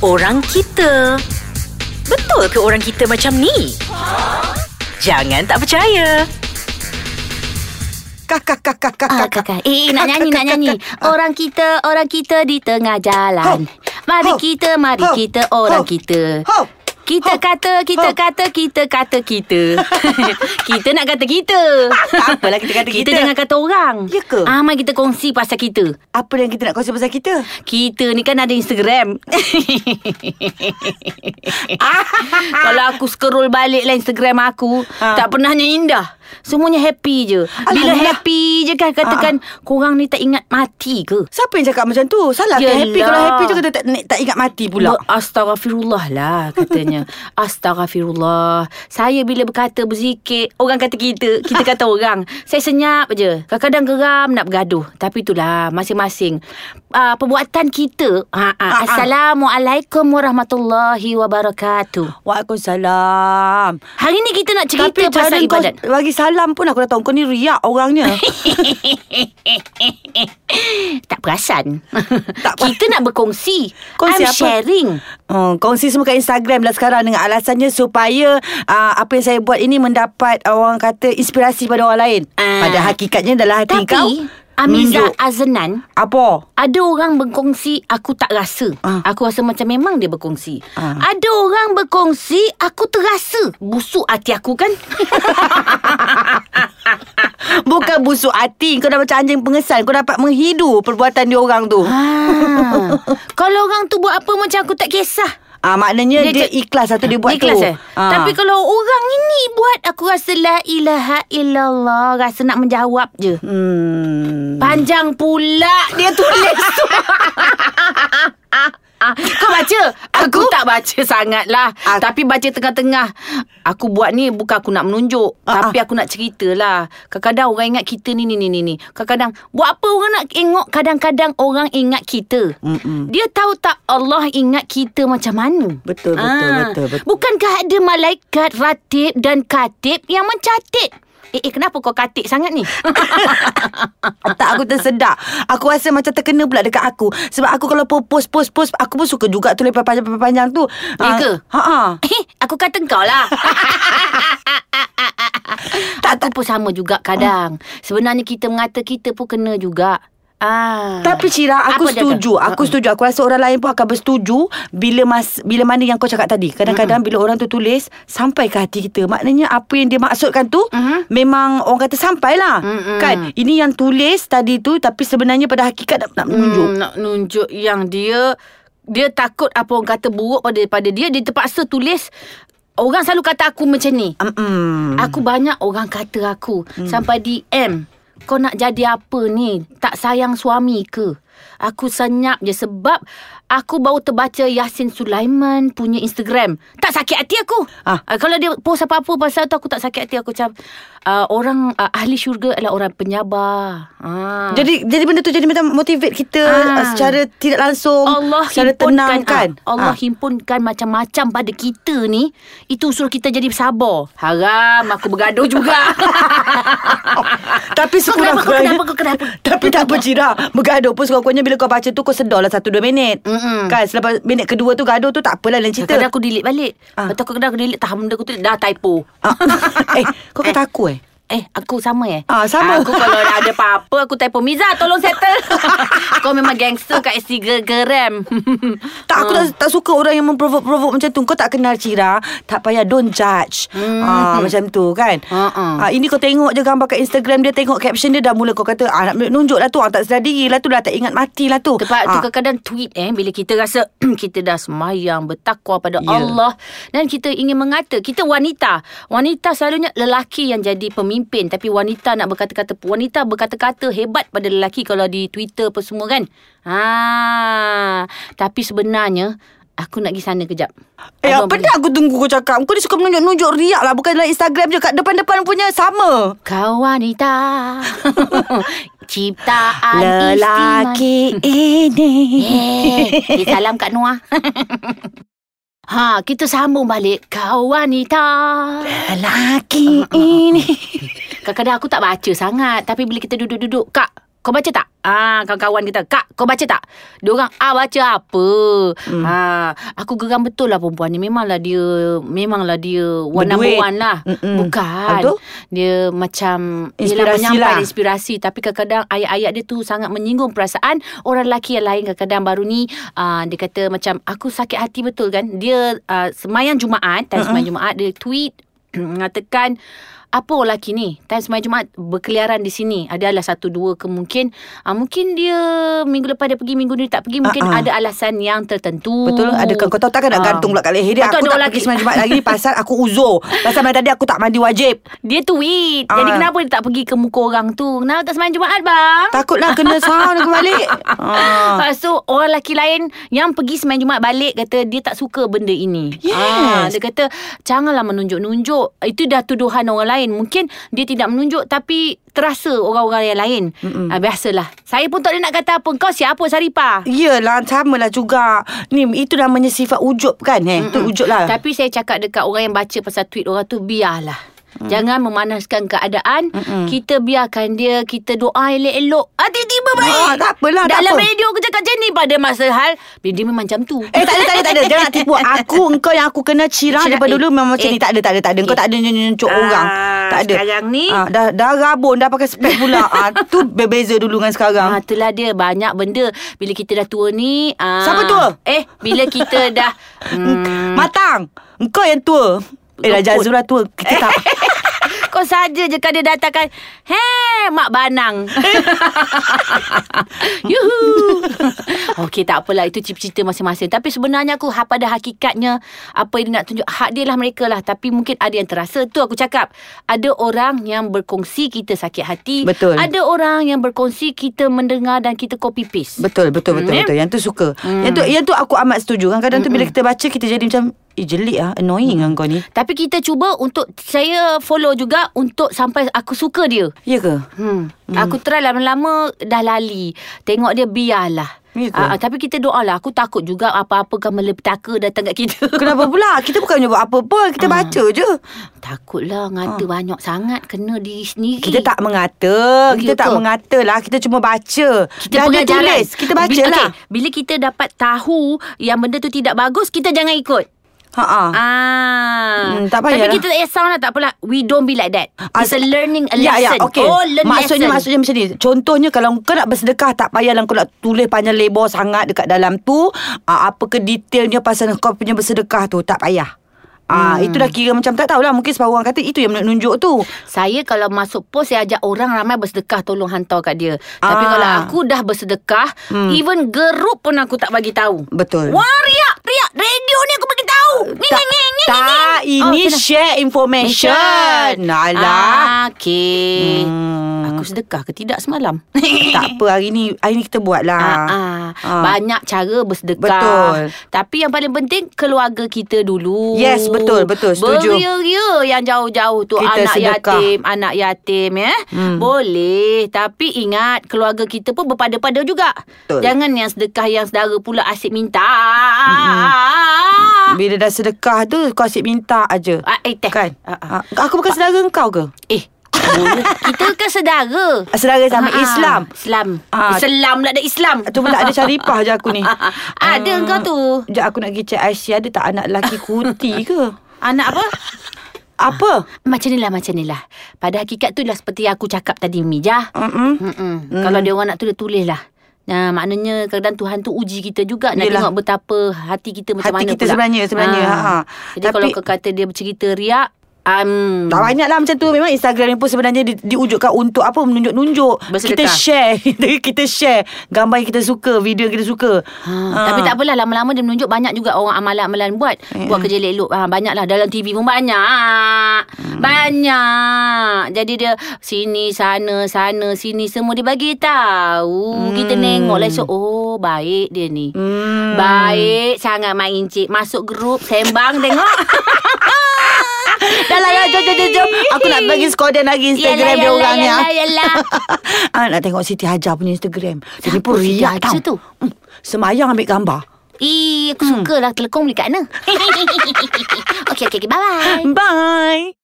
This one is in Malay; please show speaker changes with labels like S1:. S1: orang kita. Betul ke orang kita macam ni? Jangan tak percaya.
S2: Kakak, kakak, kakak.
S3: Ah, kakak. Eh, eh, nak nyanyi, nak nyanyi. Orang kita, orang kita di tengah jalan.
S2: Ho.
S3: Mari
S2: Ho.
S3: kita, mari
S2: Ho.
S3: kita, orang
S2: Ho.
S3: kita.
S2: Ho.
S3: Kita
S2: Ho.
S3: kata, kita
S2: Ho.
S3: kata, kita kata kita. kita nak kata kita.
S2: Tak apalah kita kata
S3: Kita
S2: kita.
S3: jangan kata orang.
S2: Ya ke?
S3: Ah, mari kita kongsi pasal kita.
S2: Apa yang kita nak kongsi pasal kita?
S3: Kita ni kan ada Instagram. Kalau aku scroll balik lah Instagram aku,
S2: Ha.
S3: tak pernahnya indah. Semuanya happy je. Bila
S2: Alamak.
S3: happy je kan katakan korang ni tak ingat mati ke?
S2: Siapa yang cakap macam tu? Salah ke
S3: Yelah.
S2: happy? Kalau happy tu kita tak, tak ingat mati pula.
S3: Ber- Astagfirullah lah katanya. Astagfirullah. Saya bila berkata berzikir, orang kata kita, kita kata orang. Saya senyap je. Kadang-kadang geram nak bergaduh. Tapi itulah masing-masing. Uh, perbuatan kita. Ha, ha.
S2: Ha, ha.
S3: Assalamualaikum warahmatullahi wabarakatuh.
S2: Waalaikumsalam.
S3: Hari ni kita nak cerita
S2: Tapi cara
S3: pasal
S2: kau
S3: ibadat.
S2: bagi salam pun aku dah tahu kau ni riak orangnya.
S3: Tak perasan.
S2: Tak apa.
S3: kita nak berkongsi.
S2: Kongsi
S3: I'm
S2: apa?
S3: sharing.
S2: Oh, kongsi semua kat Instagram lah sekarang dengan alasannya supaya uh, apa yang saya buat ini mendapat uh, orang kata inspirasi pada orang lain.
S3: Ah.
S2: Pada hakikatnya dalam hati kau.
S3: Tapi, Amiza
S2: nunjuk.
S3: Aznan
S2: Apa?
S3: Ada orang berkongsi Aku tak rasa
S2: Ah.
S3: Aku rasa macam memang dia berkongsi
S2: Ah.
S3: Ada orang berkongsi Aku terasa Busuk hati aku kan
S2: Bukan busuk hati Kau dah macam anjing pengesan Kau dapat menghidu Perbuatan dia orang tu ha?
S3: ah. Kalau orang tu buat apa Macam aku tak kisah
S2: ah, Maknanya dia, dia
S3: cak-
S2: ikhlas Atau dia buat
S3: ikhlas,
S2: tu Ah.
S3: eh? Tapi kalau orang ini buat Aku rasa la ilaha illallah Rasa nak menjawab je
S2: hmm.
S3: Panjang pula dia tulis tu. Ah, kau baca Aku, tak baca sangat lah
S2: Aku-
S3: Tapi baca tengah-tengah Aku buat ni bukan aku nak menunjuk
S2: Ah,
S3: Tapi aku nak cerita lah Kadang-kadang orang ingat kita ni ni ni ni ni Kadang-kadang Buat apa orang nak tengok Kadang-kadang orang ingat kita
S2: Mm-mm.
S3: Dia tahu tak Allah ingat kita macam mana Ah.
S2: Betul, betul, betul, betul.
S3: Bukankah ada malaikat ratib dan katib Yang mencatit Eh, eh kenapa kau katik sangat ni?
S2: Tak aku tersedak Aku rasa macam terkena pula Dekat aku Sebab aku kalau post post post Aku pun suka juga tulis panjang-panjang tu
S3: Ya ke?
S2: ha, ha.
S3: Eh, aku kata kau lah. tak, aku pun sama juga kadang. Sebenarnya kita mengata kita pun kena juga. Ah.
S2: Tapi Cira aku
S3: Apa dia
S2: setuju.
S3: kata?
S2: Aku setuju. Aku rasa orang lain pun akan bersetuju bila mas bila mana yang kau cakap tadi. Kadang-kadang bila orang tu tulis sampai ke hati kita. Maknanya apa yang dia maksudkan tu
S3: Mhm.
S2: memang orang kata sampailah.
S3: Mm-mm.
S2: Kan? Ini yang tulis tadi tu tapi sebenarnya pada hakikat nak, nak menunjuk.
S3: Hmm, nak nunjuk yang dia dia takut apa orang kata buruk pada daripada dia dia terpaksa tulis orang selalu kata aku macam ni.
S2: Mm-mm.
S3: Aku banyak orang kata aku
S2: Hmm.
S3: Sampai DM Kau nak jadi apa ni Tak sayang suami ke Aku senyap je sebab Aku baru terbaca Yasin Sulaiman punya Instagram Tak sakit hati aku
S2: Ah.
S3: Ah, Kalau dia post apa-apa pasal tu Aku tak sakit hati aku macam uh, Orang uh, ahli syurga adalah orang penyabar ah.
S2: Jadi jadi benda tu jadi macam motivate kita
S3: Ah.
S2: ah. secara tidak langsung,
S3: Allah
S2: secara tenang kan.
S3: ah, Allah
S2: Ah.
S3: himpunkan macam-macam pada kita ni Itu usul kita jadi sabar Haram aku bergaduh juga
S2: Tapi
S3: Kau kenapa, kau
S2: sekurang-kurangnya
S3: kenapa, kau kenapa
S2: Tapi tak apa Cira Bergaduh pun sekurang-kurangnya Bila kau baca tu Kau sedar lah 1-2 minit
S3: Mm-mm.
S2: Kan selepas minit kedua tu Gaduh tu tak apalah lain cerita
S3: Hmm. Kadang-kadang aku delete balik
S2: Ah.
S3: Lepas tu aku kadang aku delete Tahan benda aku tulis Dah typo
S2: Ah. Eh kau kata aku eh
S3: Eh aku sama eh
S2: Ah, sama.
S3: Aku kalau ada apa-apa Aku typo Miza tolong settle Kau memang gangster kat Instagram
S2: tak aku tak,
S3: Hmm.
S2: tak suka orang yang memprovok-provok macam tu Kau tak kenal Cira Tak payah don't judge
S3: Hmm.
S2: ah, Macam tu kan
S3: Ha-ha.
S2: ah, Ini kau tengok je gambar kat Instagram dia Tengok caption dia dah mula kau kata ah, nak Nunjuk lah tu ah, Tak sedar diri lah tu Dah tak ingat mati lah tu
S3: Sebab tu
S2: Ah.
S3: kadang-kadang tweet eh Bila kita rasa Kita dah semayang Bertakwa pada
S2: Ya.
S3: Allah Dan kita ingin mengata Kita wanita Wanita selalunya Lelaki yang jadi pemimpin Tapi wanita nak berkata-kata Wanita berkata-kata Hebat pada lelaki Kalau di Twitter apa semua kan ha. Tapi sebenarnya Aku nak pergi sana kejap
S2: Eh
S3: Abang
S2: apa
S3: boleh-
S2: ni aku tunggu kau cakap Kau ni suka menunjuk-nunjuk riak lah Bukan dalam Instagram je Kat depan-depan punya sama
S3: Kau wanita Ciptaan
S2: Lelaki
S3: istimewa.
S2: ini
S3: Eh, eh, salam Kak Noah Ha, kita sambung balik Kau wanita
S2: Lelaki ini
S3: Kadang-kadang aku tak baca sangat Tapi bila kita duduk-duduk Kak, Kau baca tak? Ah, kawan-kawan kita. Kak, kau baca tak? Diorang, ah baca apa? Hmm. Ah, aku geram betul lah perempuan ni. Memanglah dia, memanglah dia one number
S2: Berduit. Hmm.
S3: one lah.
S2: Mm-mm.
S3: Bukan.
S2: Betul.
S3: Dia macam,
S2: Inspirasi
S3: ialah menyampai
S2: lah.
S3: inspirasi. Tapi kadang-kadang ayat-ayat dia tu sangat menyinggung perasaan orang lelaki yang lain. Kadang-kadang baru ni, ah, dia kata macam, aku sakit hati betul kan? Dia ah, semayang Jumaat, time semayang Jumaat, dia tweet mengatakan, apa orang lelaki ni time semai Jumaat berkeliaran di sini adalah satu dua ke mungkin uh, mungkin dia minggu lepas dia pergi minggu ni tak pergi mungkin
S2: Ah, ah.
S3: ada alasan yang tertentu
S2: Betul Adakah kau tahu takkan
S3: Ah.
S2: nak gantung pula kat leher dia
S3: Lepas tu
S2: Aku
S3: ada
S2: tak
S3: orang
S2: pergi
S3: lagi-
S2: semalam Jumaat lagi Pasal aku uzur Pasal malam tadi aku tak mandi wajib
S3: Dia tweet
S2: Ah.
S3: Jadi kenapa dia tak pergi ke muka orang tu Kenapa tak semayang Jumaat bang
S2: Takutlah kena sound aku balik ah.
S3: Lepas tu orang lelaki lain yang pergi semain Jumaat balik kata dia tak suka benda ini.
S2: Yes.
S3: Ah, dia kata janganlah menunjuk-nunjuk. Itu dah tuduhan orang lain. Mungkin dia tidak menunjuk tapi terasa orang-orang yang lain. Ah, biasalah. Saya pun tak ada nak kata apa. Kau siapa Saripah?
S2: Yelah sama lah juga Ni itu namanya sifat ujub kan eh? Itu ujub lah
S3: Tapi saya cakap dekat orang yang baca pasal tweet orang tu biarlah.
S2: Mm.
S3: Jangan memanaskan keadaan. Mm-mm. Kita biarkan dia. Kita doa elok-elok. Ah, tiba-tiba baik.
S2: Ah, tak apalah, tak
S3: Dalam
S2: apa.
S3: radio aku cakap macam ni pada masa hal. Dia, dia memang macam tu.
S2: Eh tak ada tak ada tak ada Jangan nak tipu Aku engkau yang aku kena cirah
S3: Cirah,
S2: Daripada
S3: eh,
S2: dulu memang macam
S3: eh,
S2: ni Tak ada tak ada tak ada Engkau
S3: eh.
S2: tak ada nyenyuk
S3: Ah,
S2: orang Tak ada
S3: sekarang ni-
S2: Ah, Dah dah rabun Dah pakai spek pula ah, Tu berbeza dulu dengan sekarang
S3: Ah, itulah dia banyak benda bila kita dah tua ni. Ah,
S2: Siapa tua?
S3: Eh, bila kita dah
S2: Hmm.
S3: hmm,
S2: Matang Engkau yang tua Eh Raja
S3: Kau pun.
S2: Azura tua Kita tak
S3: kau saja je kan dia datangkan. Hei, mak banang. Yuhu. Okey, tak apalah itu cita-cita masing-masing. Tapi sebenarnya aku ha, pada hakikatnya apa yang dia nak tunjuk hak dia lah mereka lah. Tapi mungkin ada yang terasa tu aku cakap. Ada orang yang berkongsi kita sakit hati.
S2: Betul.
S3: Ada orang yang berkongsi kita mendengar dan kita copy paste.
S2: Betul betul betul
S3: Hmm.
S2: betul. Yang tu suka. Hmm. Yang tu yang tu aku amat setuju. Kadang-kadang tu bila kita baca kita jadi macam eh jelik ah annoying hmm. kau ni.
S3: Tapi kita cuba untuk saya follow juga untuk sampai aku suka dia.
S2: Ya ke?
S3: Hmm. hmm. Aku try lama-lama dah lali. Tengok dia biarlah.
S2: Ya ke?
S3: Ah, ah, tapi kita doalah. Aku takut juga apa-apa gambar petaka datang kat kita.
S2: Kenapa pula? Kita bukan buat apa pun. Kita baca je.
S3: Takutlah ngata banyak sangat kena diri sendiri.
S2: Ah. Kita tak mengata.
S3: Okey,
S2: Kita tak
S3: betul.
S2: mengata lah. Kita cuma baca.
S3: kita
S2: ada
S3: pengajaran.
S2: tulis. Kita baca
S3: Bi-
S2: lah.
S3: okey, bila kita dapat tahu yang benda tu tidak bagus, kita jangan ikut.
S2: Ha-ha.
S3: Ah.
S2: Hmm, tak
S3: Tapi
S2: payahlah.
S3: kita tak kisah lah tak apalah. We don't be like that.
S2: Ah,
S3: It's a learning a
S2: ya,
S3: lesson.
S2: ya, okay.
S3: Oh, learn
S2: maksudnya,
S3: lesson.
S2: Maksudnya macam ni. Contohnya kalau kau nak bersedekah, tak payahlah kau nak tulis panjang lebar sangat dekat dalam tu. Aa, apa ke detailnya pasal kau punya bersedekah tu. Tak payah. Ah, hmm. Itu dah kira macam tak tahulah. Mungkin sebab orang kata itu yang nak nunjuk tu.
S3: Saya kalau masuk pos Saya ajak orang ramai bersedekah Tolong hantar kat dia Tapi
S2: Ah.
S3: kalau aku dah bersedekah hmm. Even gerup pun aku tak bagi tahu
S2: Betul.
S3: Wah riak riak Radio ni aku bagi tahu Nging
S2: Tak,
S3: nging nging nging
S2: tak
S3: nging.
S2: ini
S3: kena.
S2: share information. Alah.
S3: Oh, ah, Okay
S2: Hmm.
S3: hmm. Aku sedekah ke tidak semalam
S2: Tak apa hari ni Hari ni kita buat lah
S3: Ah,
S2: Ah.
S3: ah. Banyak cara bersedekah
S2: Betul.
S3: Tapi yang paling penting Keluarga kita dulu
S2: Yes, betul, betul. Setuju.
S3: Beria-ria yang jauh-jauh tu
S2: Kita
S3: Anak
S2: sedekah.
S3: yatim Anak yatim eh? hmm. Boleh Tapi ingat Keluarga kita pun berpada-pada juga
S2: Betul.
S3: Jangan yang sedekah Yang saudara pula asyik minta hmm.
S2: Bila dah sedekah tu Kau asyik minta aja
S3: ah, Eh teh
S2: Kan
S3: ah, ah.
S2: Ah, Aku bukan saudara kau ke
S3: Eh boleh. Kita kan saudara
S2: Saudara sama
S3: Ah, ah.
S2: Islam
S3: Islam
S2: Ah.
S3: Islam pula ada Islam
S2: Tu pun tak ada syaripah je aku ni
S3: Ada
S2: Ah.
S3: kau tu.
S2: Sekejap aku nak pergi check IC Ada tak anak lelaki kuti ke
S3: Anak apa?
S2: Apa
S3: Macam ni lah, macam ni lah. Pada hakikat tu lah seperti yang aku cakap tadi, Mijah.
S2: Mm-mm.
S3: Mm-mm. Kalau dia orang nak tulis, tulis lah. Nah, maknanya kadang Tuhan tu uji kita juga nak
S2: Yelah.
S3: tengok betapa hati kita macam
S2: Hati
S3: mana
S2: kita
S3: pula. Ah.
S2: sebenarnya- sebenarnya, ha.
S3: Jadi
S2: Tapi-
S3: kalau kau kata dia bercerita riak, um,
S2: Tak banyak lah macam tu Memang Instagram ni pun sebenarnya di, Diwujudkan untuk apa Menunjuk-nunjuk Kita
S3: Bersedekah.
S2: share Kita share Gambar yang kita suka Video yang kita suka
S3: Ha, Tapi tak apalah lama-lama dia menunjuk banyak juga orang amalan-amalan buat.
S2: Eh.
S3: Buat kerja elok-elok. Ha, banyaklah dalam TV pun banyak.
S2: Hmm.
S3: Banyak. Jadi dia sini sana sana sini semua dia bagi tahu. Kita
S2: Hmm.
S3: tengok lah esok oh baik dia ni. Baik sangat mak encik. Masuk grup sembang tengok.
S2: Dah lah, lah jom, jom, jom, jom. Aku nak bagi skodan lagi Instagram dia orang ni. ha.
S3: yalah, yalah.
S2: ah, nak tengok Siti Hajar punya Instagram. Dia
S3: Siapa
S2: pun
S3: Siti
S2: riak
S3: Hajar tu?
S2: tau. Hmm, semayang ambil gambar.
S3: Ih, aku suka lah telekong ni kat mana. okey, okey, okay, bye-bye.
S2: Bye.